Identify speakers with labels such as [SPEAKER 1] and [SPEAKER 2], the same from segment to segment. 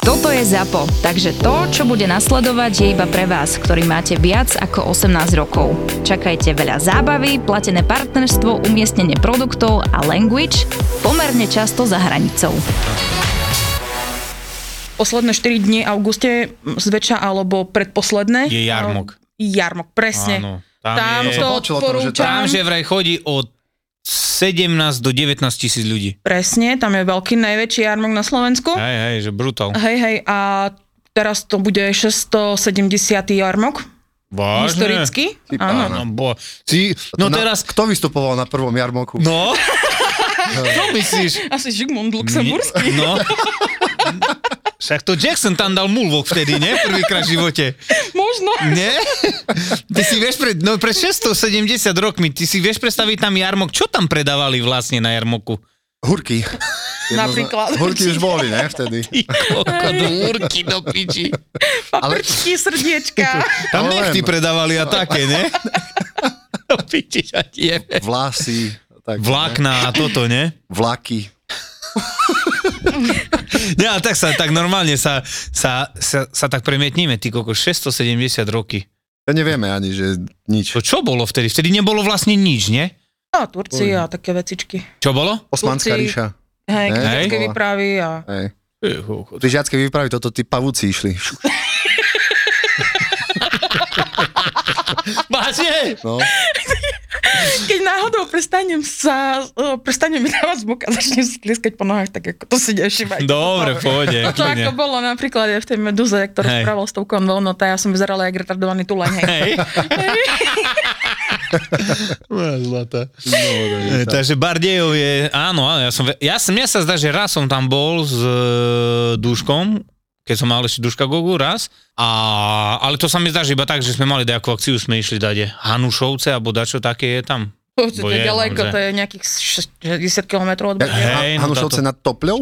[SPEAKER 1] Toto je ZAPO, takže to, čo bude nasledovať, je iba pre vás, ktorý máte viac ako 18 rokov. Čakajte veľa zábavy, platené partnerstvo, umiestnenie produktov a language pomerne často za hranicou.
[SPEAKER 2] posledné 4 dni v auguste, m, zväčša alebo predposledné. No,
[SPEAKER 3] Je jarmok.
[SPEAKER 2] Jarmok, presne.
[SPEAKER 3] Áno. Tam,
[SPEAKER 2] Tam
[SPEAKER 3] je,
[SPEAKER 2] to
[SPEAKER 4] počul o tom, že
[SPEAKER 2] odporúčam.
[SPEAKER 3] tam že vraj chodí od 17 do 19 tisíc ľudí.
[SPEAKER 2] Presne, tam je veľký najväčší jarmok na Slovensku.
[SPEAKER 3] Hej, hej, že brutál.
[SPEAKER 2] Hej, hej, a teraz to bude 670. jarmok.
[SPEAKER 3] Vážne?
[SPEAKER 2] Historicky.
[SPEAKER 4] Ty
[SPEAKER 2] Áno.
[SPEAKER 4] pána.
[SPEAKER 3] No, bo, si, no
[SPEAKER 4] na-
[SPEAKER 3] teraz,
[SPEAKER 4] Kto vystupoval na prvom jarmoku?
[SPEAKER 3] no, čo myslíš?
[SPEAKER 2] Asi Žigmund Luxemburský.
[SPEAKER 3] No. Však to Jackson tam dal mulvok vtedy, ne? Prvýkrát v živote.
[SPEAKER 2] Možno.
[SPEAKER 3] Nie? Ty si vieš, pred, no pred 670 rokmi, ty si vieš predstaviť tam jarmok, čo tam predávali vlastne na jarmoku?
[SPEAKER 4] Hurky. Jedno z-
[SPEAKER 2] Napríklad.
[SPEAKER 4] Hurky už boli, ne, vtedy.
[SPEAKER 3] Ty koko, do úrky, do piči.
[SPEAKER 2] Paprčky, srdiečka.
[SPEAKER 3] Tam
[SPEAKER 4] Ale
[SPEAKER 3] nechty
[SPEAKER 4] len-
[SPEAKER 3] predávali a také, ne? Do piči, ja ti jebe.
[SPEAKER 4] Vlasy. Tak, ne?
[SPEAKER 3] Vlákna a toto, ne?
[SPEAKER 4] Vlaky.
[SPEAKER 3] Ja, tak sa, tak normálne sa, sa, sa, sa tak premietníme, ty koko, 670 roky.
[SPEAKER 4] To nevieme ani, že nič.
[SPEAKER 3] To čo bolo vtedy? Vtedy nebolo vlastne nič, ne?
[SPEAKER 2] A Turci No, a také vecičky.
[SPEAKER 3] Čo bolo?
[SPEAKER 4] Osmanská
[SPEAKER 2] Turci.
[SPEAKER 4] ríša.
[SPEAKER 2] Hej,
[SPEAKER 4] Hej.
[SPEAKER 2] knižnické
[SPEAKER 4] Bola.
[SPEAKER 2] výpravy a...
[SPEAKER 4] Hej. Pri žiackej výpravy toto tí pavúci išli.
[SPEAKER 3] Vážne?
[SPEAKER 4] No,
[SPEAKER 2] Keď náhodou prestanem sa, eh, prestanem dávať zvuk a začnem si tlieskať po nohách, tak ako to si deším aj.
[SPEAKER 3] Dobre, pôjde.
[SPEAKER 2] To ako bolo napríklad aj v tej meduze, ktorú
[SPEAKER 3] Hej.
[SPEAKER 2] spravil s tou konvou, no tá ja som vyzerala jak retardovaný tuleň. Hej.
[SPEAKER 3] Hej. Zlatá. E, Takže Bardejov je, áno, áno, ja som, ve- ja som, mňa sa zdá, že raz som tam bol s e, Duškom, keď som mal ešte Duška Gogu raz, a, ale to sa mi zdá, že iba tak, že sme mali nejakú akciu, sme išli dade Hanušovce, alebo dačo také je tam.
[SPEAKER 2] To, to,
[SPEAKER 3] Bo
[SPEAKER 2] je
[SPEAKER 3] je,
[SPEAKER 2] ďaleko,
[SPEAKER 3] naozaj.
[SPEAKER 2] to je nejakých 60 km od
[SPEAKER 4] Ja,
[SPEAKER 2] Brna.
[SPEAKER 3] Hej,
[SPEAKER 4] hej,
[SPEAKER 3] no
[SPEAKER 4] Hanušovce
[SPEAKER 3] táto-
[SPEAKER 4] nad Topľou?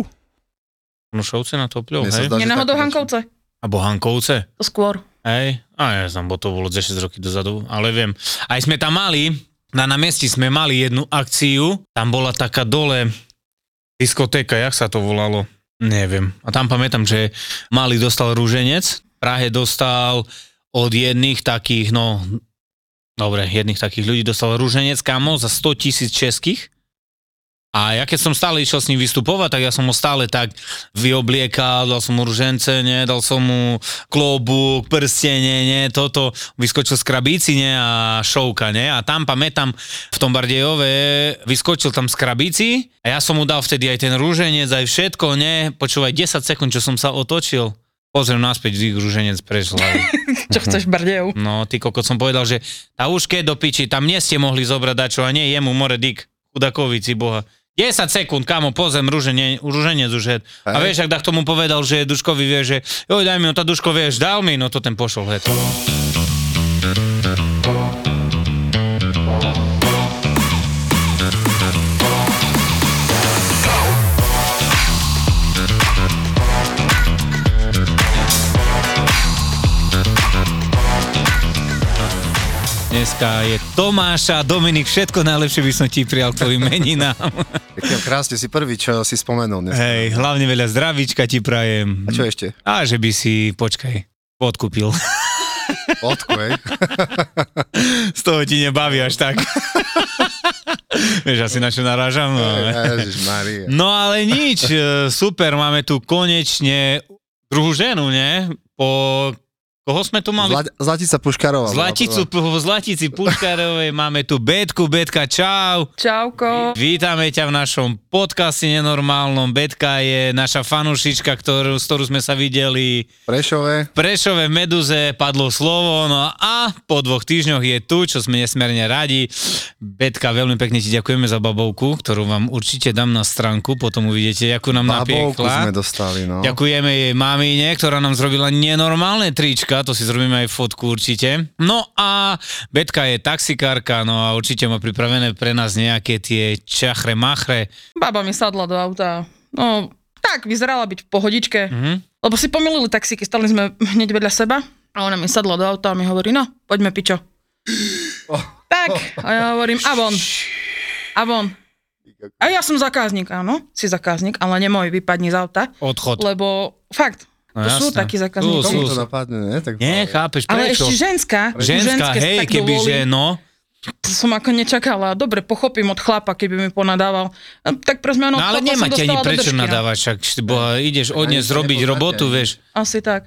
[SPEAKER 3] Hanušovce na Topľov,
[SPEAKER 4] Mne sa
[SPEAKER 3] hej?
[SPEAKER 4] zdá, že
[SPEAKER 2] Je náhodou
[SPEAKER 4] tak-
[SPEAKER 2] Hankovce?
[SPEAKER 3] Alebo Hankovce.
[SPEAKER 2] To skôr.
[SPEAKER 3] Hej, a ja znam, bo to bolo 10 roky dozadu, ale viem. Aj sme tam mali, na námestí sme mali jednu akciu, tam bola taká dole diskotéka, jak sa to volalo, neviem. A tam pamätám, že Mali dostal rúženec, Prahe dostal od jedných takých, no, dobre, jedných takých ľudí dostal rúženec, kamo, za 100 tisíc českých. A ja keď som stále išiel s ním vystupovať, tak ja som ho stále tak vyobliekal, dal som mu ružence, ne, dal som mu klobúk, prstenie, ne, toto, vyskočil z krabíci, ne, a šovka, ne, a tam pamätám v tom Bardejove, vyskočil tam z krabíci a ja som mu dal vtedy aj ten rúženec, aj všetko, ne, počúvaj 10 sekúnd, čo som sa otočil, pozriem naspäť, ich rúženec preč z hlavy.
[SPEAKER 2] Čo chceš, Bardejov?
[SPEAKER 3] No, ty kokot som povedal, že tá už keď do piči, tam nie ste mohli zobrať dačo a nie jemu more dik, chudakovici boha. 10 sekúnd, kamo, pozem, ruženie, ruženec už het. A vieš, ak tak tomu povedal, že Duškovi vie, že joj, daj mi, no tá Duško vieš, dal mi, no to ten pošol het. Dneska je Tomáša, Dominik, všetko najlepšie by som ti prijal k tvojim meninám.
[SPEAKER 4] Pekne, krásne si prvý, čo si spomenul dnes.
[SPEAKER 3] Hej, hlavne veľa zdravíčka ti prajem.
[SPEAKER 4] A čo ešte?
[SPEAKER 3] A že by si, počkaj, odkúpil.
[SPEAKER 4] Vodku, hej?
[SPEAKER 3] Z toho ti nebaví až tak. Vieš, asi na čo narážam. ale-
[SPEAKER 4] Ježišmaria.
[SPEAKER 3] No ale nič, e, super, máme tu konečne druhú ženu, ne? Po... Koho sme tu mali?
[SPEAKER 4] Zla- Zlatica Puškarová. bola
[SPEAKER 3] Zlaticu, po Zlatici Puškarovej, máme tu Betku, Betka, čau.
[SPEAKER 2] Čauko.
[SPEAKER 3] Vítame ťa v našom podcaste nenormálnom. Betka je naša fanušička, ktorú, s ktorú sme sa videli
[SPEAKER 4] prvá. Prešové.
[SPEAKER 3] Prešové Meduze padlo slovo, no a po dvoch týždňoch je tu, čo sme nesmierne radi. Betka, veľmi pekne ti ďakujeme za babovku, ktorú vám určite dám na stránku, potom uvidíte, akú nám
[SPEAKER 4] Babovku
[SPEAKER 3] napiekla.
[SPEAKER 4] sme dostali, no.
[SPEAKER 3] Ďakujeme jej mamine, ktorá nám zrobila nenormálne trička, Betka, to si zrobíme aj fotku určite. No a Betka je taxikárka, no a určite má pripravené pre nás nejaké tie čachre, machre.
[SPEAKER 2] Baba mi sadla do auta. No, tak, vyzerala byť v pohodičke.
[SPEAKER 3] Mhm.
[SPEAKER 2] Lebo si pomýlili taxíky, stali sme hneď vedľa seba a ona mi sadla do auta a mi hovorí, no, poďme pičo.
[SPEAKER 3] Oh.
[SPEAKER 2] Tak, a ja hovorím, a von. A von. A ja som zákazník, áno, si zákazník, ale nemoj, vypadni z auta,
[SPEAKER 3] Odchod.
[SPEAKER 2] lebo fakt,
[SPEAKER 3] No
[SPEAKER 2] to sú
[SPEAKER 3] jasné.
[SPEAKER 2] takí zákazníci.
[SPEAKER 3] Sú,
[SPEAKER 4] Komu
[SPEAKER 3] sú.
[SPEAKER 4] to napadne, ne? Tak
[SPEAKER 3] Nie, chápeš,
[SPEAKER 2] ale
[SPEAKER 3] prečo?
[SPEAKER 2] ešte ženská,
[SPEAKER 3] Ženská,
[SPEAKER 2] ženské si
[SPEAKER 3] hej,
[SPEAKER 2] tak
[SPEAKER 3] keby
[SPEAKER 2] dovolí.
[SPEAKER 3] že, no.
[SPEAKER 2] To som ako nečakala. Dobre, pochopím od chlapa, keby mi ponadával. E, Tak pre zmenu
[SPEAKER 3] No
[SPEAKER 2] chlapa
[SPEAKER 3] ale
[SPEAKER 2] som
[SPEAKER 3] nemáte ani
[SPEAKER 2] dostala do
[SPEAKER 3] prečo
[SPEAKER 2] držky, no.
[SPEAKER 3] nadávať, však či- boha, ideš odnes
[SPEAKER 4] Ani si
[SPEAKER 3] robiť
[SPEAKER 4] nepoznáte,
[SPEAKER 3] robotu,
[SPEAKER 4] ani.
[SPEAKER 3] vieš.
[SPEAKER 2] Asi tak.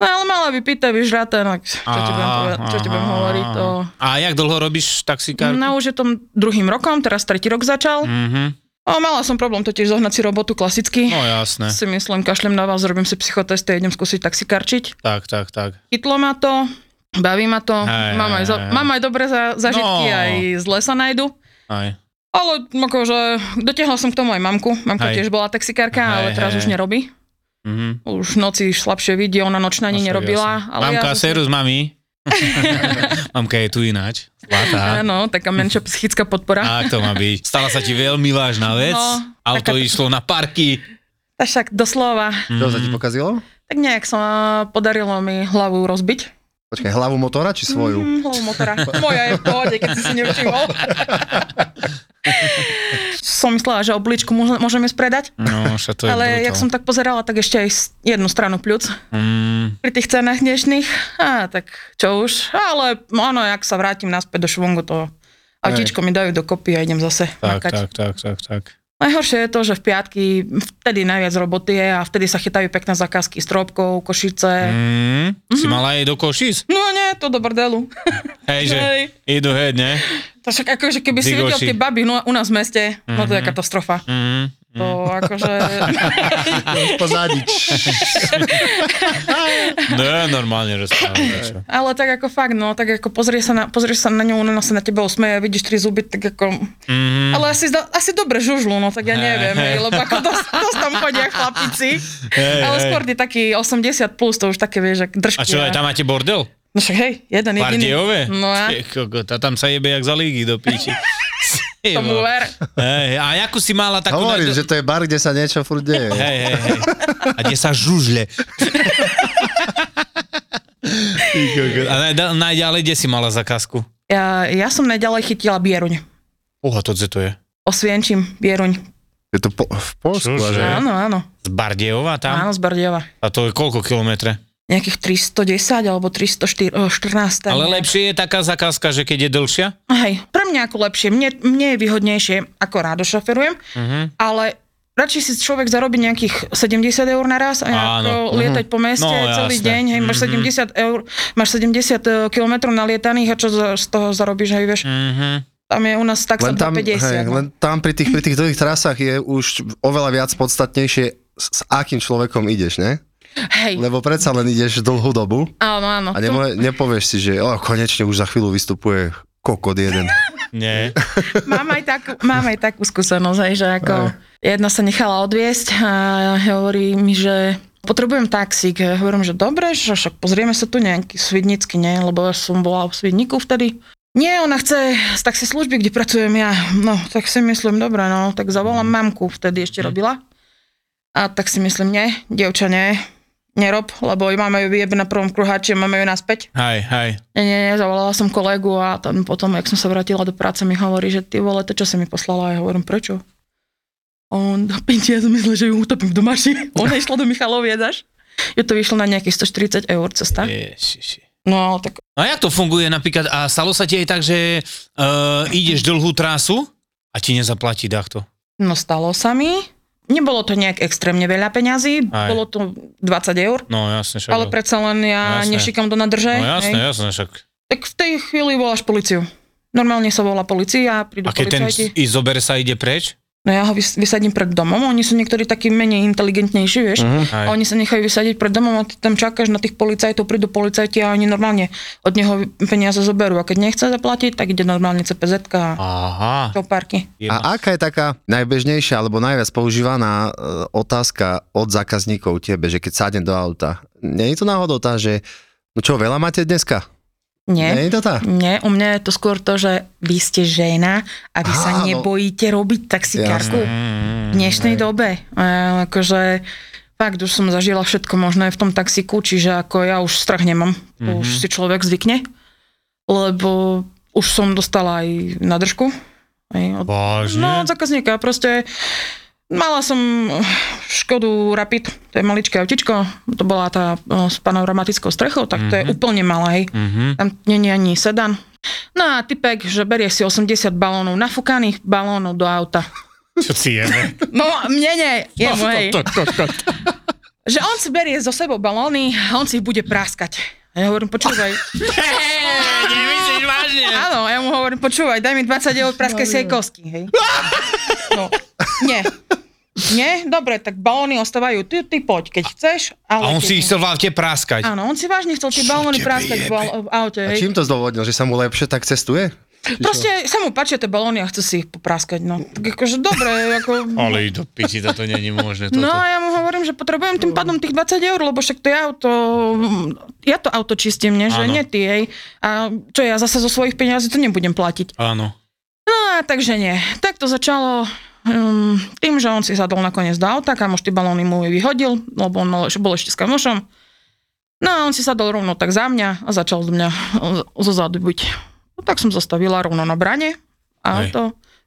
[SPEAKER 2] No ale mala by pýtať, vyžratá, no čo ti budem,
[SPEAKER 3] Aha,
[SPEAKER 2] povedať, čo ti budem
[SPEAKER 3] aha,
[SPEAKER 2] hovoriť, to... No.
[SPEAKER 3] aha. A jak dlho robíš taxikárku?
[SPEAKER 2] Na už je tom druhým rokom, teraz tretí rok začal.
[SPEAKER 3] Mhm.
[SPEAKER 2] A mala som problém totiž zohnať si robotu klasicky.
[SPEAKER 3] No jasné,
[SPEAKER 2] Si myslím, kašlem na vás, robím si psychotesty, idem skúsiť taxikarčiť.
[SPEAKER 3] tak, tak, tak.
[SPEAKER 2] Chytlo ma to, baví ma to,
[SPEAKER 3] Hej,
[SPEAKER 2] mám, aj,
[SPEAKER 3] hej,
[SPEAKER 2] za-
[SPEAKER 3] hej.
[SPEAKER 2] mám aj dobré za- zažitky,
[SPEAKER 3] No.
[SPEAKER 2] aj zle sa najdu.
[SPEAKER 3] Aj.
[SPEAKER 2] Ale akože dotiahla som k tomu aj mamku. Mamka
[SPEAKER 3] Hej.
[SPEAKER 2] tiež bola taxikárka,
[SPEAKER 3] Hej,
[SPEAKER 2] ale teraz už
[SPEAKER 3] hej, hej.
[SPEAKER 2] nerobí.
[SPEAKER 3] Mhm.
[SPEAKER 2] Už noci slabšie vidí, ona nočná ani
[SPEAKER 3] Asi,
[SPEAKER 2] nerobila.
[SPEAKER 3] No, jasné.
[SPEAKER 2] Ale
[SPEAKER 3] Mamka,
[SPEAKER 2] ja
[SPEAKER 3] ja serus, mami. Mamka je tu ináč. Zlatá.
[SPEAKER 2] Áno, taká menšia psychická podpora.
[SPEAKER 3] A to má byť. Stala sa ti veľmi vážna vec.
[SPEAKER 2] No,
[SPEAKER 3] Auto
[SPEAKER 2] taká-
[SPEAKER 3] išlo na parky.
[SPEAKER 2] A však doslova.
[SPEAKER 4] To sa ti pokazilo?
[SPEAKER 2] Tak nejak sa podarilo mi hlavu rozbiť.
[SPEAKER 4] Počkaj, hlavu motora či svoju?
[SPEAKER 2] Mm, hlavu motora. Moja je v pohode, keď si si nevšimol. som myslela, že obličku môže- môžeme spredať.
[SPEAKER 3] No, ša to je
[SPEAKER 2] Ale jak som tak pozerala, tak ešte aj s- jednu stranu pľúc.
[SPEAKER 3] Mm,
[SPEAKER 2] pri tých cenách dnešných, á, tak čo už, ale áno, jak sa vrátim naspäť do švungu, to autíčko mi dajú dokopy a idem zase
[SPEAKER 3] tak,
[SPEAKER 2] makať.
[SPEAKER 3] tak, tak, tak, tak.
[SPEAKER 2] Najhoršie je to, že v piatky vtedy najviac roboty je a vtedy sa chytajú pekné zákazky s trópkou, košice.
[SPEAKER 3] Mm,
[SPEAKER 2] Mhm.
[SPEAKER 3] si mala jej do košíc?
[SPEAKER 2] No nie, to do bordelu.
[SPEAKER 3] Hej, že
[SPEAKER 2] Hej.
[SPEAKER 3] idú head, ne?
[SPEAKER 2] To však akože keby si videl
[SPEAKER 3] Zigoši.
[SPEAKER 2] tie baby no, u nás v meste, no to je katastrofa.
[SPEAKER 3] Mm,
[SPEAKER 2] To akože...
[SPEAKER 4] Pozadič.
[SPEAKER 3] ne, normálne rozprávam. niečo.
[SPEAKER 2] ale tak ako fakt, no, tak ako pozrie sa na, pozrie sa na ňu, ona sa na teba usmeje, vidíš tri zuby, tak ako
[SPEAKER 3] Mhm.
[SPEAKER 2] Ale asi, zda- asi dobre žužlu, no tak ja
[SPEAKER 3] Hej,
[SPEAKER 2] neviem,
[SPEAKER 3] hej.
[SPEAKER 2] hej, lebo ako dosť, dosť tam chodia chlapici.
[SPEAKER 3] Hej,
[SPEAKER 2] ale
[SPEAKER 3] hej.
[SPEAKER 2] skôr ty taký 80 plus, to už také vieš, ak držky.
[SPEAKER 3] A čo, aj tam máte bordel?
[SPEAKER 2] No však hej, jeden jediný.
[SPEAKER 3] Pardejové?
[SPEAKER 2] No a-
[SPEAKER 3] Ty kokot, a tam sa jebe jak za lígy do píči. Ty
[SPEAKER 2] Tomu
[SPEAKER 3] vole.
[SPEAKER 2] ver.
[SPEAKER 3] Hej, a jakú si mala takú...
[SPEAKER 4] Hovorím, že to je bar, kde sa niečo furt deje.
[SPEAKER 3] Hej, hej, hej. A kde sa žužle. Ty kokot. A najda- najďalej, kde si mala zakázku?
[SPEAKER 2] Ja, ja som najďalej chytila Bieruň.
[SPEAKER 3] Uha, to kde to je?
[SPEAKER 2] Osvienčím Bieruň.
[SPEAKER 4] Je to po, v Polsku,
[SPEAKER 3] Čože?
[SPEAKER 4] že?
[SPEAKER 2] Áno, áno.
[SPEAKER 3] Z Bardejova tam?
[SPEAKER 2] Áno, z Bardieva.
[SPEAKER 3] A to je koľko kilometre?
[SPEAKER 2] Nejakých 310 alebo 314. tam.
[SPEAKER 3] Ale lepšie je taká zakázka, že keď je dlhšia?
[SPEAKER 2] Hej, pre mňa ako lepšie. Mne, mne je výhodnejšie, ako rádo šoferujem,
[SPEAKER 3] Mhm.
[SPEAKER 2] ale radšej si človek zarobí nejakých 70 eur naraz a
[SPEAKER 3] Áno.
[SPEAKER 2] ako lietať po meste
[SPEAKER 3] No,
[SPEAKER 2] celý
[SPEAKER 3] jasné.
[SPEAKER 2] deň, hej, máš 70 eur, máš 70 kilometrov nalietaných a čo za- z toho zarobíš, hej, vieš,
[SPEAKER 3] Mhm.
[SPEAKER 2] tam je u nás tak sa
[SPEAKER 4] Len tam,
[SPEAKER 2] 50.
[SPEAKER 4] hej,
[SPEAKER 2] no.
[SPEAKER 4] len tam pri tých, pri tých dlhých trasách je už oveľa viac podstatnejšie, s, s akým človekom ideš, ne?
[SPEAKER 2] hej,
[SPEAKER 4] Lebo predsa len ideš dlhú dobu
[SPEAKER 2] áno, áno.
[SPEAKER 4] a
[SPEAKER 2] to-
[SPEAKER 4] nemo, nepovieš si, že o, konečne už za chvíľu vystupuje kokot jeden.
[SPEAKER 3] Nie.
[SPEAKER 2] Mám aj takú, mám aj takú skúsenosť, hej, že ako jedna sa nechala odviesť a hovorí mi, že potrebujem taxík. Ja hovorím, že dobre, že však pozrieme sa tu nejaký svidnický, nie? Lebo ja som bola v Svidniku vtedy. Nie, ona chce z taxi služby, kde pracujem ja. No, tak si myslím, dobre, no, tak zavolám mamku, vtedy ešte robila. A tak si myslím, nie, dievča, nie, nerob, lebo máme ju vyjebe na prvom kruháči, a máme ju naspäť.
[SPEAKER 3] Hej, hej.
[SPEAKER 2] Nie, nie, nie, zavolala som kolegu a tam potom, jak som sa vrátila do práce, mi hovorí, že ty vole, to čo si mi poslala, ja hovorím, prečo? A On, do pinti, ja som myslela, že ju utopím v domaši. Ona išla do Michaloviec až. Je to vyšlo na nejakých 140 eur cesta.
[SPEAKER 3] Ježiši.
[SPEAKER 2] No, tak
[SPEAKER 3] No a jak to funguje napríklad, a stalo sa ti aj tak, že uh, ideš dlhú trasu a ti nezaplatí dachto?
[SPEAKER 2] no stalo sa mi. Nebolo to nejak extrémne veľa peňazí,
[SPEAKER 3] Aj.
[SPEAKER 2] bolo to 20 eur.
[SPEAKER 3] No jasne, však.
[SPEAKER 2] Ale predsa len ja
[SPEAKER 3] No, jasné.
[SPEAKER 2] nešikam do nadrže.
[SPEAKER 3] No jasne,
[SPEAKER 2] hej.
[SPEAKER 3] jasne, však.
[SPEAKER 2] Tak v tej chvíli voláš policiu. Normálne sa volá policia, prídu
[SPEAKER 3] A keď ten
[SPEAKER 2] policajti.
[SPEAKER 3] i zober sa ide preč?
[SPEAKER 2] No ja ho vys- vysadím pred domom, oni sú niektorí takí menej inteligentnejší, vieš.
[SPEAKER 3] Aj.
[SPEAKER 2] A oni sa nechajú vysadiť pred domom a ty tam čakáš na tých policajtov, prídu policajti a oni normálne od neho peniaze zoberú. A keď nechce zaplatiť, tak ide normálne CPZ a
[SPEAKER 3] Aha.
[SPEAKER 2] čopárky.
[SPEAKER 3] Je ma-
[SPEAKER 4] A aká je taká najbežnejšia alebo najviac používaná e, otázka od zákazníkov tebe, že keď sadne do auta? Nie je to náhodou tá, že No čo, veľa máte dneska?
[SPEAKER 2] Nie.
[SPEAKER 4] Nie je to tá?
[SPEAKER 2] Nie, u mňa je to skôr to, že vy ste žena a vy sa
[SPEAKER 4] Áno.
[SPEAKER 2] nebojíte robiť taxikárku
[SPEAKER 3] Mm,
[SPEAKER 2] v dnešnej
[SPEAKER 3] Mhm,
[SPEAKER 2] dobe. E, akože fakt už som zažila všetko možné v tom taxiku, čiže ako ja už strach nemám. Mm-hmm.
[SPEAKER 3] Mhm.
[SPEAKER 2] Už si človek zvykne, lebo už som dostala aj na držku. Aj od,
[SPEAKER 3] Vážne?
[SPEAKER 2] no, od zákazníka. Proste mala som Škodu Rapid, to je maličké autičko, to bola tá no, s panoramatickou strechou, tak to je úplne malé. hej.
[SPEAKER 3] Mhm.
[SPEAKER 2] Tam není ani sedan. No a typek, že berie si 80 balónov, nafúkaných balónov do auta.
[SPEAKER 3] Čo si jeme?
[SPEAKER 2] No, mne nie, je no, hej.
[SPEAKER 3] To, to, to, to.
[SPEAKER 2] Že on si berie zo sebou balóny a on si ich bude práskať. A ja hovorím, počúvaj.
[SPEAKER 3] Nemyslíš vážne?
[SPEAKER 2] Áno, ja mu hovorím, počúvaj, daj mi 20 eur, praskaj si aj kostky, hej. No, nie. Nie, dobre, tak balóny ostávajú, ty, ty poď, keď chceš. Ale
[SPEAKER 3] A on
[SPEAKER 2] keď
[SPEAKER 3] si
[SPEAKER 2] nie.
[SPEAKER 3] ich chcel v aute práskať.
[SPEAKER 2] Áno, on si vážne chcel tie balóny práskať v, al- v aute,
[SPEAKER 4] A
[SPEAKER 2] hej.
[SPEAKER 4] čím to zdôvodnil, že sa mu lepšie tak cestuje? Či čo?
[SPEAKER 2] Proste sa mu páčia tie balóny a chce si ich popráskať, no. Tak akože dobre, ako...
[SPEAKER 3] Ale i do piči, toto není možné. Toto.
[SPEAKER 2] No a ja mu hovorím, že potrebujem tým pádom tých 20 eur, lebo však to ja auto, ja to auto čistím, nie, že
[SPEAKER 3] Áno.
[SPEAKER 2] nie ty, hej. A čo ja zase zo svojich peniazí to nebudem platiť.
[SPEAKER 3] Áno.
[SPEAKER 2] No a takže nie. Tak to začalo um, tým, že on si sadol nakoniec do auta, kamoš tie balóny mu vyhodil, lebo on mal, ešte- bol ešte s kamošom. No a on si sadol rovno tak za mňa a začal do mňa o- zo zadu byť. No tak som zastavila rovno na brane a
[SPEAKER 3] Hej.
[SPEAKER 2] auto.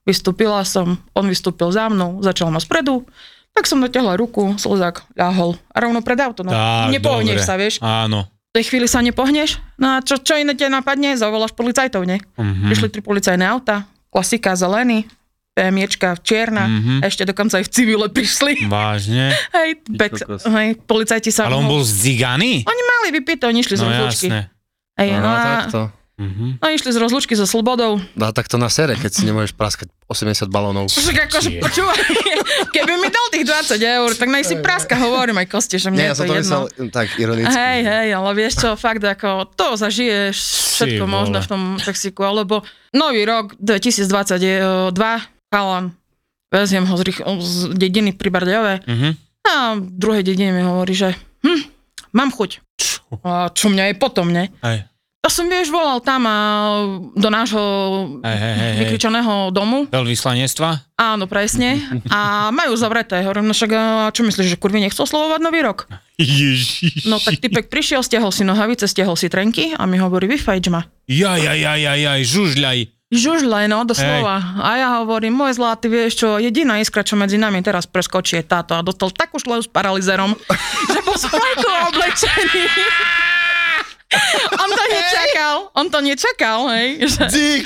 [SPEAKER 2] Vystúpila som, on vystúpil za mnou, začal ma spredu. Tak som dotiahla ruku, slzák ľahol a rovno pred auto. No,
[SPEAKER 3] Tak,
[SPEAKER 2] nepohneš
[SPEAKER 3] dobre.
[SPEAKER 2] sa, vieš.
[SPEAKER 3] Áno.
[SPEAKER 2] V tej chvíli sa nepohneš. No a čo, čo iné ťa napadne? Zavoláš policajtov, ne?
[SPEAKER 3] Mhm.
[SPEAKER 2] Prišli tri policajné auta, klasika zelený, PMIčka čierna,
[SPEAKER 3] Mhm.
[SPEAKER 2] mm-hmm. ešte dokonca aj v civile prišli.
[SPEAKER 3] Vážne.
[SPEAKER 2] Hej, back,
[SPEAKER 4] kokos.
[SPEAKER 2] hej, policajti sa...
[SPEAKER 3] Ale on bol zdziganý?
[SPEAKER 2] no. Oni mali vypito, oni išli z
[SPEAKER 3] No
[SPEAKER 2] rozlúčky.
[SPEAKER 3] jasné.
[SPEAKER 2] Hej, no,
[SPEAKER 4] No,
[SPEAKER 2] a,
[SPEAKER 4] takto.
[SPEAKER 3] Mhm.
[SPEAKER 2] no išli z rozlúčky so slobodou.
[SPEAKER 4] No a takto na sere, keď si nemôžeš praskať 80 balónov.
[SPEAKER 2] Však akože,
[SPEAKER 3] Tie.
[SPEAKER 2] počúvaj, keby mi dal tých 20 eur, tak naj si práska, hovorím aj kosti, že mne Hm, je
[SPEAKER 4] Nie, ja
[SPEAKER 2] to
[SPEAKER 4] som to
[SPEAKER 2] jedno.
[SPEAKER 4] myslel hm, tak ironicky.
[SPEAKER 2] Hej, hej, ale vieš čo, fakt ako to zažiješ všetko
[SPEAKER 3] vole.
[SPEAKER 2] možné v tom taxiku, alebo nový rok 2022, chalan, veziem ho z, rých- z dediny pri Bardejove
[SPEAKER 3] Mhm.
[SPEAKER 2] a v druhej dedine mi hovorí, že hm, mám chuť. A čo mňa je potom, ne?
[SPEAKER 3] Hej.
[SPEAKER 2] To som vieš volal tam a do nášho
[SPEAKER 3] Hej, hej, hej, hej.
[SPEAKER 2] vykričaného domu.
[SPEAKER 3] Veľvyslanectva?
[SPEAKER 2] Áno, presne. A majú zavreté. Hovorím, no však a čo myslíš, že kurvy nechcú oslovovať nový rok?
[SPEAKER 3] Ježiš.
[SPEAKER 2] No tak typek prišiel, stiahol si nohavice, stiahol si trenky a mi hovorí, vyfajč ma.
[SPEAKER 3] Jaj, jaj, jaj, jaj, jaj, žužľaj.
[SPEAKER 2] Žužle, no, doslova. A ja hovorím, môj zlatý, vieš čo, jediná iskra, čo medzi nami teraz preskočí, je táto. A dostal takú šleju s paralizerom, že bol spojko oblečený. on to nečakal, on to nečakal, hej. Že...
[SPEAKER 3] Dík.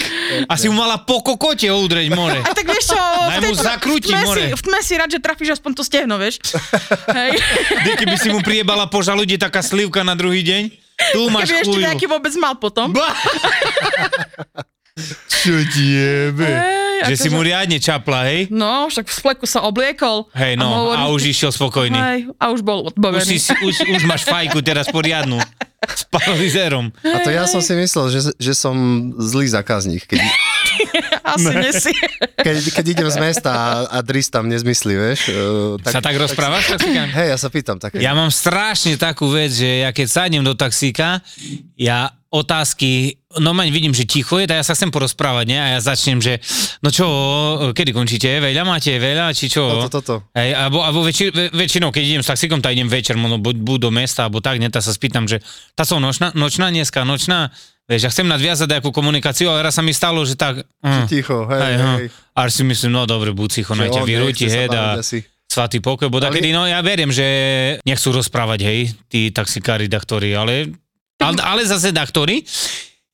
[SPEAKER 3] Asi mu mala po kokote udreť more.
[SPEAKER 2] A tak vieš čo,
[SPEAKER 3] Daj
[SPEAKER 2] v,
[SPEAKER 3] mu
[SPEAKER 2] tejto, v,
[SPEAKER 3] zakrúti,
[SPEAKER 2] tme si,
[SPEAKER 3] more.
[SPEAKER 2] v tme si rád, že trafíš aspoň to stehno, vieš. Hej.
[SPEAKER 3] Díky by si mu priebala po žalúde taká slivka na druhý deň. Tu máš
[SPEAKER 2] Keby ešte
[SPEAKER 3] chuju.
[SPEAKER 2] nejaký vôbec mal potom.
[SPEAKER 3] Čo diebe?
[SPEAKER 2] Hej,
[SPEAKER 3] Že si
[SPEAKER 2] akože-
[SPEAKER 3] mu riadne čapla, hej?
[SPEAKER 2] No, však v spleku sa obliekol.
[SPEAKER 3] Hej, no, a už išiel spokojný.
[SPEAKER 2] Hej, a už bol
[SPEAKER 3] Už,
[SPEAKER 2] odbavený.
[SPEAKER 3] si, si- už, už máš fajku teraz poriadnu. S paralizerom.
[SPEAKER 4] A to ja som si myslel, že, že som zlý zákazník, keď,
[SPEAKER 2] Asi nesi.
[SPEAKER 4] keď, keď idem z mesta a, a dristám nezmysly, vieš. Uh,
[SPEAKER 3] Sa tak rozprávaš? taxikám?
[SPEAKER 4] Hej, ja sa pýtam také.
[SPEAKER 3] Ja mám strašne takú vec, že ja keď sadnem do taxíka, ja otázky, no maň vidím, že ticho je, tak ja sa chcem porozprávať, ne? A ja začnem, že no čo, kedy končíte? Veľa máte? Veľa? Či čo?
[SPEAKER 4] Toto, toto.
[SPEAKER 3] Hej, alebo, alebo väčši, ve- väčšinou, keď idem s taxíkom, tak idem večer, no, buď, buď do mesta, alebo tak, ne, tak sa spýtam, že tá som nočná, nočná dneska, nočná, vieš, ja chcem nadviazať nejakú komunikáciu, ale raz sa mi stalo, že tak... Hm.
[SPEAKER 4] Ticho, hej,
[SPEAKER 3] Hej,
[SPEAKER 4] hej.
[SPEAKER 3] hm.
[SPEAKER 4] hej.
[SPEAKER 3] A až si myslím, no dobre, buď cicho,
[SPEAKER 4] Že
[SPEAKER 3] nech ťa
[SPEAKER 4] on
[SPEAKER 3] vyrúti,
[SPEAKER 4] nechce sa
[SPEAKER 3] hej,
[SPEAKER 4] baviť
[SPEAKER 3] a
[SPEAKER 4] asi.
[SPEAKER 3] svatý pokoj, bo
[SPEAKER 4] Ale-
[SPEAKER 3] takedy, no ja verím, že nechcú rozprávať, hej, tí taxikári, daktori, ale, ale, ale zase daktori.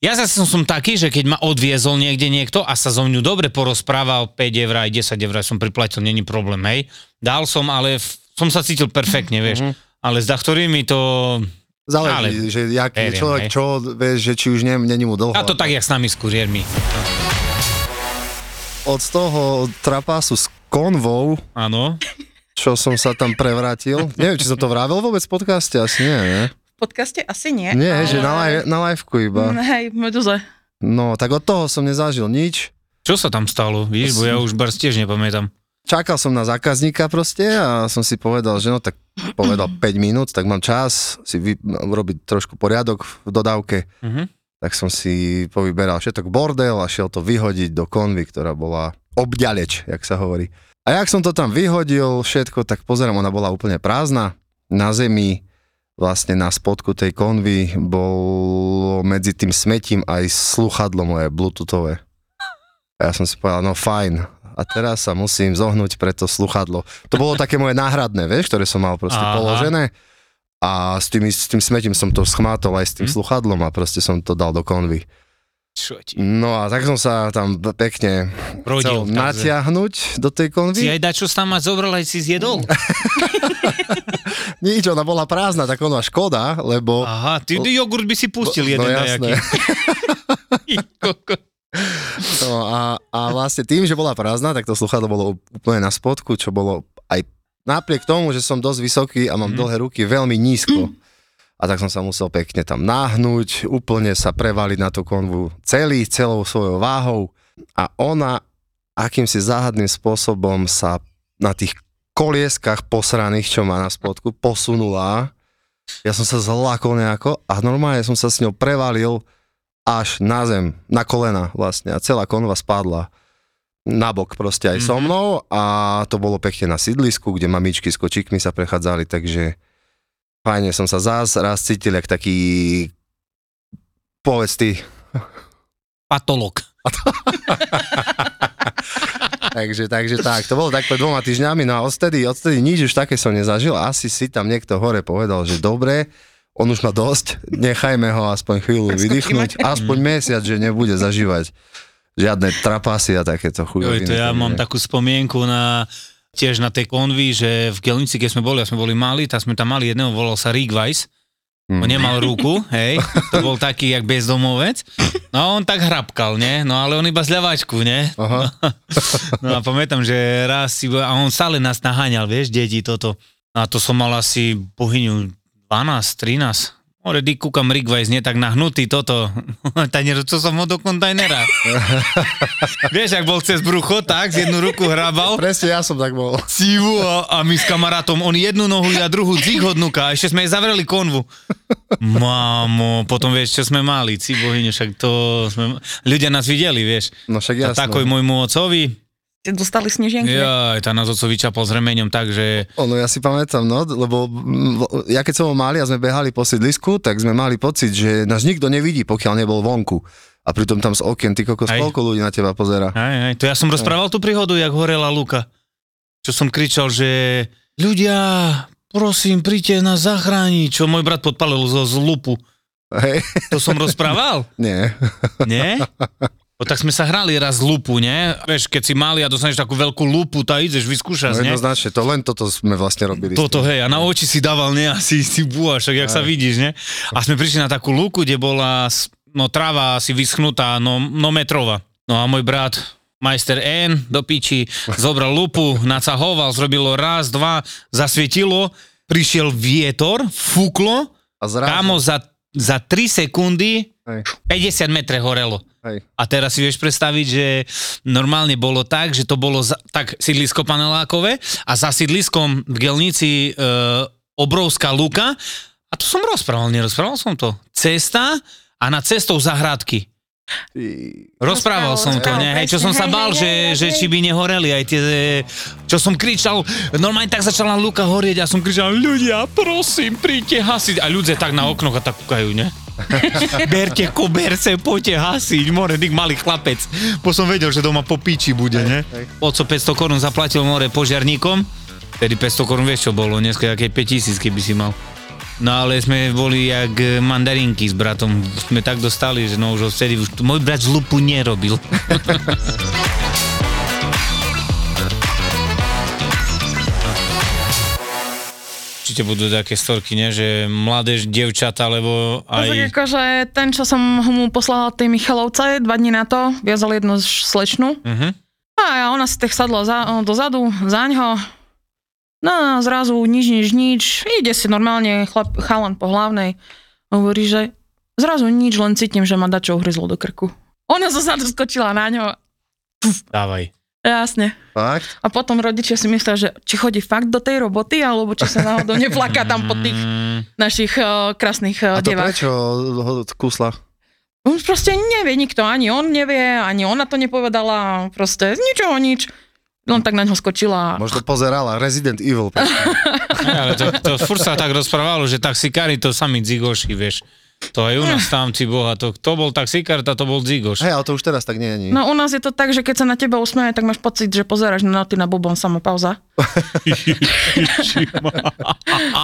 [SPEAKER 3] Ja zase som, som taký, že keď ma odviezol niekde niekto a sa so mňou dobre porozprával, 5 eur aj 10 eur som priplatil, není problém, hej. Dal som, ale f- som sa cítil perfektne, vieš. Ale s daktorými to...
[SPEAKER 4] Záleží,
[SPEAKER 3] Ale-
[SPEAKER 4] že jak je
[SPEAKER 3] Verím,
[SPEAKER 4] človek,
[SPEAKER 3] hej.
[SPEAKER 4] čo, vieš, že či už nie, není mu dlho.
[SPEAKER 3] A to tak, jak s nami s kuriérmi.
[SPEAKER 4] Od toho trapasu s konvou,
[SPEAKER 3] Áno.
[SPEAKER 4] čo som sa tam prevrátil. Neviem, či som to vravel vôbec v podcaste, asi nie, ne?
[SPEAKER 2] V podcaste asi nie.
[SPEAKER 4] Nie,
[SPEAKER 2] ale-
[SPEAKER 4] že na, live, na liveku iba.
[SPEAKER 2] Hej, v meduze.
[SPEAKER 4] No, tak od toho som nezažil nič.
[SPEAKER 3] Čo sa tam stalo, víš, bo ja už bar tiež nepamätám.
[SPEAKER 4] čakal som na zákazníka proste a som si povedal, že no tak povedal 5 minút, tak mám čas si vy, robiť trošku poriadok v dodávke.
[SPEAKER 3] Mhm.
[SPEAKER 4] Tak som si povyberal všetok bordel a šiel to vyhodiť do konvy, ktorá bola obďaleč, jak sa hovorí. A jak som to tam vyhodil všetko, tak pozerám, ona bola úplne prázdna. Na zemi, vlastne na spodku tej konvy, bolo medzi tým smetím aj sluchadlo moje bluetoothové. A ja som si povedal, no fajn, a teraz sa musím zohnúť pre to sluchadlo. To bolo také moje náhradné, vieš, ktoré som mal proste
[SPEAKER 3] Aha.
[SPEAKER 4] Aha. položené. A s tým, s tým smetím som to schmátol aj s tým
[SPEAKER 3] Hm.
[SPEAKER 4] sluchadlom a proste som to dal do konvy.
[SPEAKER 3] Čo ti?
[SPEAKER 4] No a tak som sa tam pekne
[SPEAKER 3] Rodil. v
[SPEAKER 4] chcel
[SPEAKER 3] kauze.
[SPEAKER 4] natiahnuť do tej konvy.
[SPEAKER 3] Si aj dačo tam mať zobral, aj si zjedol?
[SPEAKER 4] Nič, ona bola prázdna, tak ona škoda, lebo...
[SPEAKER 3] Aha, ty, ty jogurt by si pustil jeden
[SPEAKER 4] No, no
[SPEAKER 3] dajaký.
[SPEAKER 4] jasné.
[SPEAKER 3] Ty koko.
[SPEAKER 4] No a, a vlastne tým, že bola prázdna, tak to sluchadlo bolo úplne na spodku, čo bolo aj napriek tomu, že som dosť vysoký a
[SPEAKER 3] Mhm.
[SPEAKER 4] mám mm. dlhé ruky, veľmi nízko. A tak som sa musel pekne tam náhnuť, úplne sa prevaliť na tú konvu celý, celou svojou váhou. A ona akýmsi záhadným spôsobom sa na tých kolieskach posraných, čo má na spodku, posunula. Ja som sa zlákol nejako a normálne som sa s ňou prevalil až na zem, na kolena vlastne a celá konva spadla nabok proste aj so
[SPEAKER 3] Mhm.
[SPEAKER 4] mnou a to bolo pekne na sídlisku, kde mamičky s kočíkmi sa prechádzali, takže fajne som sa zás raz cítil jak taký povedz ty,
[SPEAKER 3] Patolog.
[SPEAKER 4] takže, takže tak, to bolo tak pred dvoma týždňami, no a odtedy, odtedy nič už také som nezažil, asi si tam niekto hore povedal, že dobre, on už má dosť, nechajme ho aspoň chvíľu
[SPEAKER 2] Aspoň
[SPEAKER 4] vydýchnuť, aspoň
[SPEAKER 3] Mhm.
[SPEAKER 4] mesiac, že nebude zažívať žiadne trapasy a takéto
[SPEAKER 3] Joj,
[SPEAKER 4] chujoviny.
[SPEAKER 3] to ja
[SPEAKER 4] takže-
[SPEAKER 3] mám takú spomienku na tiež na tej konvi, že v Gelnici, keď sme boli, a sme boli mali, tak sme tam mali jedného, volal sa Rick Weiss.
[SPEAKER 4] Mm.
[SPEAKER 3] On nemal ruku, hej, to bol taký jak bezdomovec. No a on tak hrabkal, ne? No ale on iba z ľavačku, ne?
[SPEAKER 4] Aha.
[SPEAKER 3] No a pamätám, že raz si, a on stále nás naháňal, vieš, deti toto. No a to som mal asi bohyňu 12, 13. More, ty kúkam Rick Weiss, nie tak nahnutý toto. Tanier, čo som ho do kontajnera. vieš, ak bol cez brucho, tak, z jednu ruku hrabal.
[SPEAKER 4] Presne, ja som tak bol.
[SPEAKER 3] Civu a, a my s kamarátom, on jednu nohu, ja druhú, dzihodnúka, a ešte sme jej zavreli konvu. Mamo, potom vieš, čo sme mali, cibohyne, však to sme... Ľudia nás videli, vieš.
[SPEAKER 4] No však
[SPEAKER 3] A
[SPEAKER 4] jasné.
[SPEAKER 3] takoj môjmu ocovi,
[SPEAKER 2] Ste dostali
[SPEAKER 4] Mhm.
[SPEAKER 2] snežienky?
[SPEAKER 3] Jaj, tá nás oco vyčapol s remeňom tak, že...
[SPEAKER 4] Ono, ja si pamätám, no, lebo mm, ja keď som bol malý a sme behali po sídlisku, tak sme mali pocit, že nás nikto nevidí, pokiaľ nebol vonku. A pritom tam z okien, ty kokos,
[SPEAKER 3] Hej.
[SPEAKER 4] koľko ľudí na teba pozera.
[SPEAKER 3] Aj, aj, to ja som rozprával tú príhodu, jak horela Luka. Čo som kričal, že... Ľudia, prosím, príďte nás zachrániť, čo môj brat podpalil zo zlupu.
[SPEAKER 4] Hej,
[SPEAKER 3] To som rozprával,
[SPEAKER 4] nie.
[SPEAKER 3] nie? No tak sme sa hrali raz lupu, nie? Vieš, keď si mali a dostaneš takú veľkú lupu, tá ideš
[SPEAKER 4] No
[SPEAKER 3] vyskúšať, nie?
[SPEAKER 4] jednoznačne, to len toto sme vlastne robili.
[SPEAKER 3] Toto, hej, a na oči si dával, ne, asi si búha, však jak sa vidíš, ne? A sme prišli na takú lúku, kde bola, s- no, trava asi vyschnutá, no, no metrova. No a môj brat, majster N, do piči, zobral lupu, nacahoval, zrobilo raz, dva, zasvietilo, prišiel vietor, fúklo,
[SPEAKER 4] A zrazu,
[SPEAKER 3] kámo, za, za 3 sekundy
[SPEAKER 4] Hej,
[SPEAKER 3] 50 metre horelo.
[SPEAKER 4] hej.
[SPEAKER 3] A teraz si vieš predstaviť, že normálne bolo tak, že to bolo za, tak sídlisko panelákové a za sídliskom v Gelnici e, obrovská luka a to som rozprával, nerozprával som to. Cesta a na cestou zahradky.
[SPEAKER 4] Ty,
[SPEAKER 3] Rozprával
[SPEAKER 2] Rozprával,
[SPEAKER 3] som to,
[SPEAKER 2] rozprával,
[SPEAKER 3] ne? Hej, čo
[SPEAKER 2] presne,
[SPEAKER 3] som sa
[SPEAKER 2] hej,
[SPEAKER 3] bál,
[SPEAKER 2] hej,
[SPEAKER 3] že,
[SPEAKER 2] hej,
[SPEAKER 3] že
[SPEAKER 2] hej.
[SPEAKER 3] či by nehoreli aj tie... e, Čo som kričal, normálne tak začala luka horieť a som kričal, ľudia, prosím, príďte hasiť. A ľudia tak na oknoch a tak kúkajú, ne? Berte koberce, poďte hasiť, more, dyk malý chlapec. Po som vedel, že doma po piči bude, ne?
[SPEAKER 4] hej.
[SPEAKER 3] Oco 500 korún zaplatil more požiarníkom, tedy 500 korún vieš čo bolo, dneska aké 5000 keby si mal. No ale sme boli jak e, mandarinky s bratom, sme tak dostali, že no už vtedy, už, môj brat zlupu nerobil. Určite budú také storky, ne? že mladé dievčatá, lebo
[SPEAKER 2] Aj.
[SPEAKER 3] aj...
[SPEAKER 2] akože ten, čo som mu poslala tej Michalovce, dva dní na to, viazal jednu š- slečnu. No
[SPEAKER 3] Mhm.
[SPEAKER 2] A ona si tak sadla za, dozadu, zaň ho. No a zrazu nič, nič, nič. Ide si normálne chlap, chalan po hlavnej. Hovorí, že zrazu nič, len cítim, že ma dačo uhryzlo do krku. Ona zo zadu skočila na ňo.
[SPEAKER 3] Dávaj.
[SPEAKER 2] Jasne.
[SPEAKER 4] Fakt?
[SPEAKER 2] A potom rodičia si myslia, že či chodí fakt do tej roboty, alebo či sa náhodou neplaká tam po tých
[SPEAKER 3] Mm,
[SPEAKER 2] našich uh, krásnych uh,
[SPEAKER 4] A to
[SPEAKER 2] devách.
[SPEAKER 4] prečo ho kúsla?
[SPEAKER 2] On proste nevie nikto, ani on nevie, ani ona to nepovedala, proste z ničoho nič. Len tak na ňo skočila.
[SPEAKER 4] Možno pozerala Resident Evil.
[SPEAKER 3] ale to, to furt sa tak rozprávalo, že taxikári to sami dzigoši, vieš. To aj u nás tam, ci boha, to, to bol taxikár, to bol dzigoš.
[SPEAKER 4] Hej, ale to už teraz tak nie je. ani.
[SPEAKER 2] No u nás je to tak, že keď sa na teba usmeje, tak máš pocit, že pozeráš na ty na bubon sama pauza. A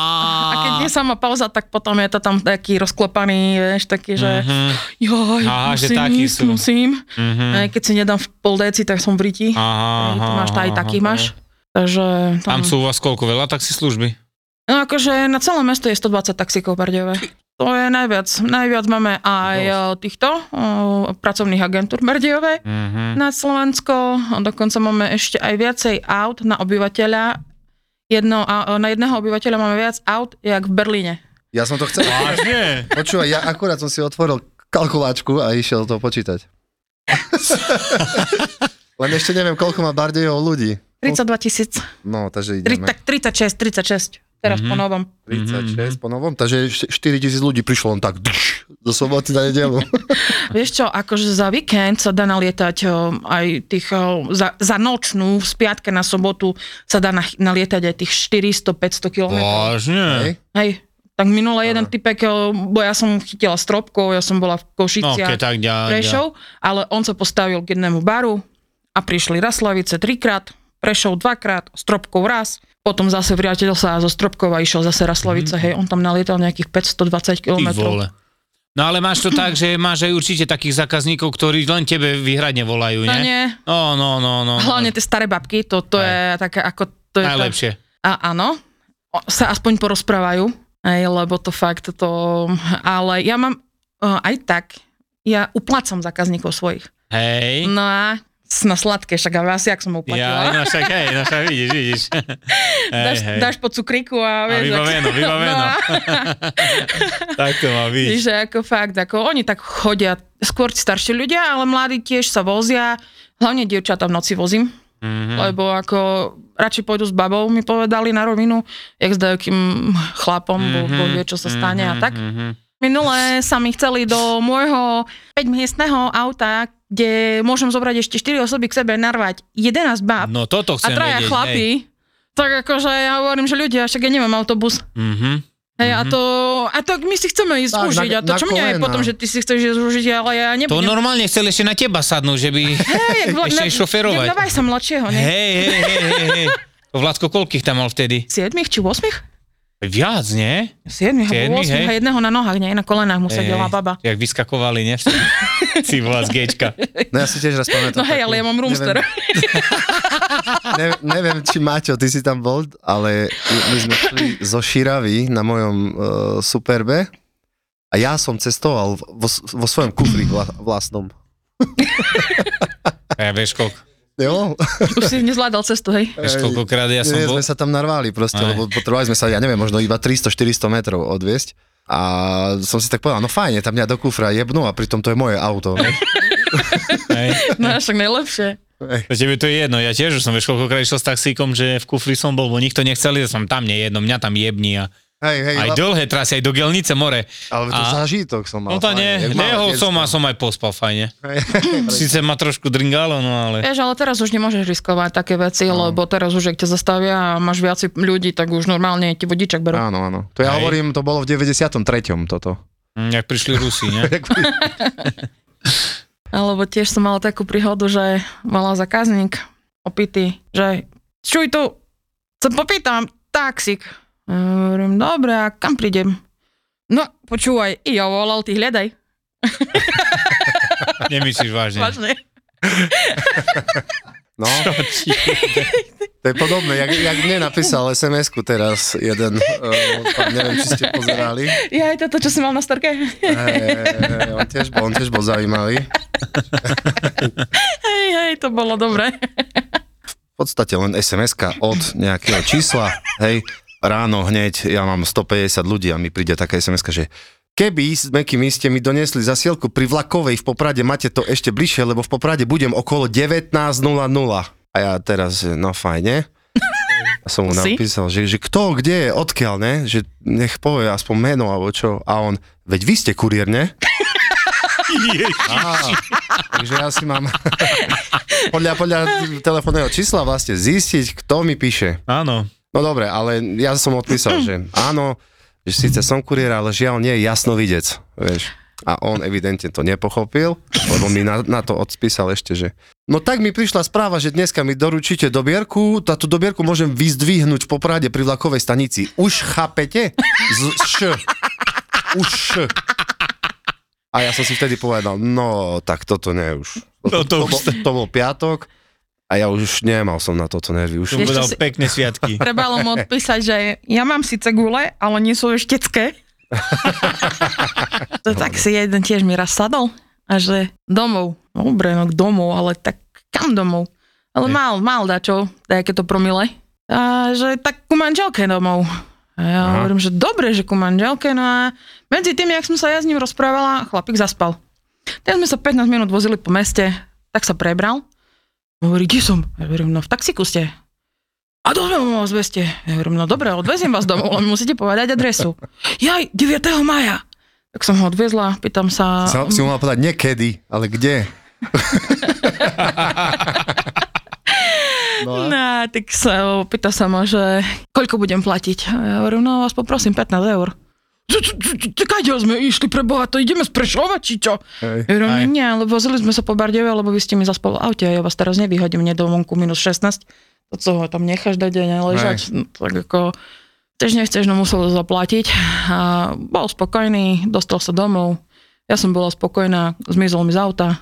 [SPEAKER 2] keď nie sama pauza, tak potom je to tam taký rozklopaný, vieš, taký, že
[SPEAKER 3] Mhm.
[SPEAKER 2] joj,
[SPEAKER 3] Aha, že
[SPEAKER 2] musím
[SPEAKER 3] takí
[SPEAKER 2] ísť,
[SPEAKER 3] sú.
[SPEAKER 2] musím.
[SPEAKER 3] Mhm.
[SPEAKER 2] Aj keď si nedám v pol deci, tak som v riti. Aj,
[SPEAKER 3] Aha, aha,
[SPEAKER 2] to máš, aj
[SPEAKER 3] aha,
[SPEAKER 2] taký
[SPEAKER 3] aha.
[SPEAKER 2] máš. Takže
[SPEAKER 3] Tam sú u vás koľko? Veľa taxislužby?
[SPEAKER 2] No akože na celom meste je 120 taxíkov Bardejové. To je najviac. Najviac máme aj
[SPEAKER 4] Dosť.
[SPEAKER 2] eh, týchto eh, pracovných agentúr Bardejové
[SPEAKER 3] Mhm.
[SPEAKER 2] na Slovensko. A Dokonca máme ešte aj viacej aut na obyvateľa. Jedno, a- eh, na jedného obyvateľa máme viac aut, jak v Berlíne.
[SPEAKER 4] Ja som to chcel.
[SPEAKER 3] Vážne?
[SPEAKER 4] Počúvaj, ja akurát som si otvoril kalkulačku a išiel to počítať. Len ešte neviem, koľko má Bardejov ľudí.
[SPEAKER 2] 32 tisíc.
[SPEAKER 4] No, takže
[SPEAKER 2] Tri,
[SPEAKER 4] ideme.
[SPEAKER 2] tak 36, 36. Teraz po novom.
[SPEAKER 3] Mhm.
[SPEAKER 4] 36 po novom, takže ešte 4 tisíc ľudí prišlo len tak dš, do soboty na nedelu.
[SPEAKER 2] Vieš čo, akože za víkend sa dá nalietať o, aj tých, o, za, za nočnú, z piatka na sobotu sa dá na, nalietať aj tých 400-500 kilometrov.
[SPEAKER 3] Vážne?
[SPEAKER 4] Hej.
[SPEAKER 2] Hej, tak minule jeden typek, o, bo ja som chytila stropkou, ja som bola v
[SPEAKER 3] No, keď
[SPEAKER 2] Košiciach,
[SPEAKER 3] tak ďalej.
[SPEAKER 2] Prešov, ale on sa postavil k jednému baru a prišli Raslavice trikrát, Prešov dvakrát, stropkou raz, potom zase priateľ sa zo stropkov a išiel zase Raslavice, hej, on tam nalietal nejakých 520
[SPEAKER 3] Mhm. Ty
[SPEAKER 2] kilometrov.
[SPEAKER 3] vole. No ale máš to tak, že máš aj určite takých zákazníkov, ktorí len tebe výhradne volajú,
[SPEAKER 2] To
[SPEAKER 3] nie?
[SPEAKER 2] nie,
[SPEAKER 3] No, no, no, no.
[SPEAKER 2] hlavne tie staré babky, to, to je také ako... To je tá-
[SPEAKER 3] Najlepšie.
[SPEAKER 2] A áno, o- sa aspoň porozprávajú, aj, lebo to fakt to... Ale ja mám uh, aj tak, ja uplácam zákazníkov svojich.
[SPEAKER 3] Hej.
[SPEAKER 2] No a s- na sladké, však ale asi, ak som ho
[SPEAKER 3] Ja,
[SPEAKER 2] uplatila. Ja,
[SPEAKER 3] no však, hej, no však vidíš, vidíš. Hej,
[SPEAKER 2] dáš,
[SPEAKER 3] hej.
[SPEAKER 2] dáš po cukriku a
[SPEAKER 3] A
[SPEAKER 2] vieš... ak-
[SPEAKER 3] vybaveno, vybaveno.
[SPEAKER 2] No a-
[SPEAKER 3] Tak to má byť.
[SPEAKER 2] Čiže ako fakt, ako oni tak chodia, skôr starší ľudia, ale mladí tiež sa vozia, hlavne dievčatá v noci vozím,
[SPEAKER 3] Mhm.
[SPEAKER 2] lebo ako radšej pôjdu s babou, mi povedali na rovinu, jak s dajakým chlapom, mm-hmm, bo, bo vie, čo sa stane a tak.
[SPEAKER 3] Mhm.
[SPEAKER 2] Minule sa mi chceli do môjho 5-miestného auta, kde môžem zobrať ešte 4 osoby k sebe, narvať 11 báb
[SPEAKER 3] No
[SPEAKER 2] a
[SPEAKER 3] toto chcem
[SPEAKER 2] traja
[SPEAKER 3] vedieť.
[SPEAKER 2] chlapí. Tak akože ja hovorím, že ľudia, však ja nemám autobus.
[SPEAKER 3] Mhm.
[SPEAKER 2] Hej, a to, a to my si chceme ísť
[SPEAKER 4] Tak, na-
[SPEAKER 2] zúžiť. A to
[SPEAKER 4] na
[SPEAKER 2] čo mňa je
[SPEAKER 4] kolená.
[SPEAKER 2] potom, že ty si chceš ísť zúžiť, ale ja
[SPEAKER 3] To
[SPEAKER 2] nebudem.
[SPEAKER 3] normálne chcel ešte na teba sadnúť, že by...
[SPEAKER 2] Hej, jak vla-
[SPEAKER 3] ešte
[SPEAKER 2] ne-
[SPEAKER 3] aj šoferovať.
[SPEAKER 2] ne- Dávaj sa mladšieho, ne?
[SPEAKER 3] Hej, hej, hej, hej, hej. To Vládko, koľkých tam mal vtedy?
[SPEAKER 2] 7 či 8?
[SPEAKER 3] Viac, nie?
[SPEAKER 2] 7 alebo
[SPEAKER 3] Siedmých,
[SPEAKER 2] 8
[SPEAKER 3] hej.
[SPEAKER 2] a jedného na nohách, nie? Na kolenách mu sedela
[SPEAKER 3] Ej,
[SPEAKER 2] baba.
[SPEAKER 3] Jak vyskakovali, ne? si bola z gečka.
[SPEAKER 4] No ja si tiež raz pamätám.
[SPEAKER 2] No hej,
[SPEAKER 4] takú-
[SPEAKER 2] ale ja mám roomster.
[SPEAKER 4] Neviem, neviem, neviem, či Maťo, ty si tam bol, ale my my sme šli zo Širavy na mojom uh, Superbe a ja som cestoval v- vo, s- vo svojom kufri vla, vlastnom.
[SPEAKER 3] A ja vieš, koľko,
[SPEAKER 4] Jo?
[SPEAKER 2] Už si nezvládal cestu, hej?
[SPEAKER 3] vieš, koľkokrát ja som
[SPEAKER 4] Nie,
[SPEAKER 3] bol.
[SPEAKER 4] sme sa tam narvali proste,
[SPEAKER 3] Aj.
[SPEAKER 4] lebo potrebovali sme sa, ja neviem, možno iba 300-400 metrov odviesť. A som si tak povedal, no fajne, tam mňa do kufra jebnú a pritom to je moje auto. vieš.
[SPEAKER 3] Hej.
[SPEAKER 2] No však najlepšie.
[SPEAKER 3] To tebe to je jedno, ja tiež už som vieš, koľkokrát išiel s taxíkom, že v kufri som bol, bo nikto nechcel, ja som tam nie jedno, mňa tam jebni a
[SPEAKER 4] Hej, hej,
[SPEAKER 3] aj
[SPEAKER 4] lebo-
[SPEAKER 3] dlhé trasy, aj do Gelnice more.
[SPEAKER 4] ale to
[SPEAKER 3] a-
[SPEAKER 4] zážitok som
[SPEAKER 3] No
[SPEAKER 4] mal.
[SPEAKER 3] to
[SPEAKER 4] fajne,
[SPEAKER 3] nie,
[SPEAKER 4] jak malé
[SPEAKER 3] lehol
[SPEAKER 4] diecko.
[SPEAKER 3] som a som aj pospal fajne.
[SPEAKER 4] Hej.
[SPEAKER 3] Sice ma trošku dringalo, no ale...
[SPEAKER 2] Vieš, ale teraz už nemôžeš riskovať také veci, no. lebo teraz už, ak ťa zastavia a máš viac ľudí, tak už normálne ti vodičak berú.
[SPEAKER 4] Áno, áno. To ja
[SPEAKER 3] Hej.
[SPEAKER 4] hovorím, to bolo v 93. toto.
[SPEAKER 3] Mm, Jak prišli Rusi, ne?
[SPEAKER 2] Alebo tiež som mala takú príhodu, že mala zákazník opitý, že čuj tu, sa popýtam, taxík. A Hovorím, dobre, a kam prídem? No, počúvaj, i ja volal, ty hľadaj.
[SPEAKER 3] Nemyslíš vážne.
[SPEAKER 2] Vážne.
[SPEAKER 4] No, to je podobné, jak, jak mne napísal SMS-ku teraz jeden, uh, pán, neviem, či ste pozerali.
[SPEAKER 2] Ja aj toto, čo som mal na storke.
[SPEAKER 4] Hey, on, tiež bol, on tiež bol zaujímavý.
[SPEAKER 2] Hej, hej, to bolo dobre.
[SPEAKER 4] v podstate len sms od nejakého čísla, hej, ráno hneď, ja mám 150 ľudí a mi príde taká sms že keby s Mekým iste mi donesli zasielku pri Vlakovej v Poprade, máte to ešte bližšie, lebo v Poprade budem okolo 19.00. A A ja teraz, že no fajne. A som mu
[SPEAKER 2] Si?
[SPEAKER 4] napísal, že, že kto, kde je, odkiaľ, ne? Že nech povie aspoň meno alebo čo. A on, veď vy ste kuriér, ne? Á, Takže ja si mám podľa, podľa telefónneho čísla vlastne zistiť, kto mi píše.
[SPEAKER 3] Áno.
[SPEAKER 4] No dobre, ale ja som odpísal, že áno, že síce som kuriér, ale žiaľ nie je jasnovidec, vieš. A on evidentne to nepochopil, lebo mi na, na to odpísal ešte, že no tak mi prišla správa, že dneska mi doručíte dobierku, tá tú dobierku môžem vyzdvihnúť v Poprade pri vlakovej stanici. Už chápete? Z, š. Už š. A ja som si vtedy povedal, no tak toto nie už.
[SPEAKER 3] No, to
[SPEAKER 4] to,
[SPEAKER 3] už
[SPEAKER 4] bol, to bol piatok a ja už nemal som na toto nervy. Už
[SPEAKER 3] Som
[SPEAKER 2] Ešte
[SPEAKER 3] povedal
[SPEAKER 2] si-
[SPEAKER 3] pekné sviatky.
[SPEAKER 2] Trebalo mu odpísať, že ja mám síce gule, ale nie sú veštecké. to tak si jeden tiež mi raz sadol a že domov. Dobre, no k domov, ale tak kam domov? Ale
[SPEAKER 3] Hej.
[SPEAKER 2] mal, mal dačo, také to promile. A že tak ku manželke domov. A ja
[SPEAKER 4] Aha.
[SPEAKER 2] hovorím, že dobre, že ku manželke, no a medzi tým, jak som sa ja s ním rozprávala, chlapík zaspal. Teraz sme sa 15 minút vozili po meste, tak sa prebral. Hovorí, kde som? Ja hovorím, no v taxiku ste. A dobre, mu zbeste. Ja hovorím, no dobre, odveziem vás domov, len musíte povedať adresu. Jaj, 9. maja. Tak som ho odviezla, pýtam sa...
[SPEAKER 4] Sa, si mu mal povedať niekedy, ale kde? no a,
[SPEAKER 2] No, tak sa pýta sa ma, že koľko budem platiť. A ja hovorím, no vás poprosím 15 eur. Čo, čo, čo, čo, Kade sme išli pre Boha, to ideme z Prešova, či čo?
[SPEAKER 4] hej.
[SPEAKER 2] Ja
[SPEAKER 3] Aj.
[SPEAKER 2] hovorím, nie, ale vozili sme sa po Bardeve, lebo vy ste mi zaspali v aute a ja vás teraz nevyhodím, nie do vonku minus 16. To, co ho tam necháš dať a neležať, no, tak ako... Chceš, nechceš, no musel zaplatiť. A bol spokojný, dostal sa domov. Ja som bola spokojná, zmizol mi z auta.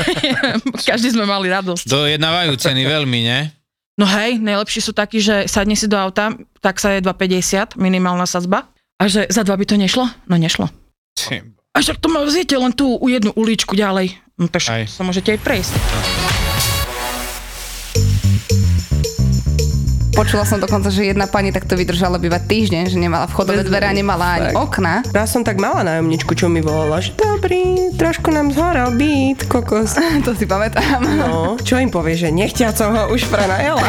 [SPEAKER 2] Každý sme mali radosť.
[SPEAKER 3] Dojednávajú ceny veľmi, ne?
[SPEAKER 2] No hej, najlepší sú takí, že sadne si do auta, tak sa je 2,50, minimálna sadzba. A že za dva by to nešlo? No nešlo. A však to ma vzíte len tú u jednu uličku ďalej. No to
[SPEAKER 3] Aj.
[SPEAKER 2] však sa môžete aj prejsť.
[SPEAKER 5] Počula som dokonca, že jedna pani takto vydržala býva týždeň, že nemala vchodové dvere a nemala ani okna.
[SPEAKER 6] Raz som tak mala nájomničku, čo mi volala, že dobrý, trošku nám zhoral byt, kokos.
[SPEAKER 5] To si pamätám.
[SPEAKER 6] No, čo im povie, že nechťa som ho už prenajela.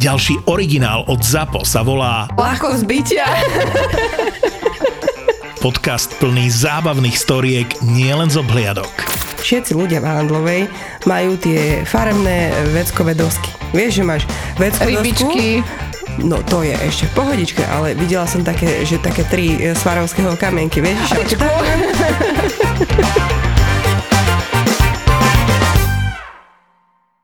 [SPEAKER 7] Ďalší originál od ZAPO sa volá
[SPEAKER 5] Ľahko zbytia.
[SPEAKER 7] podcast plný zábavných storiek nielen z obhliadok.
[SPEAKER 6] Všetci ľudia v Handlovej majú tie farebné veckové dosky. Vieš, že máš veckú dosku,
[SPEAKER 5] Rybičky.
[SPEAKER 6] No to je ešte v pohodičke, ale videla som také, že také tri e, svarovského kamienky, vieš? šačka.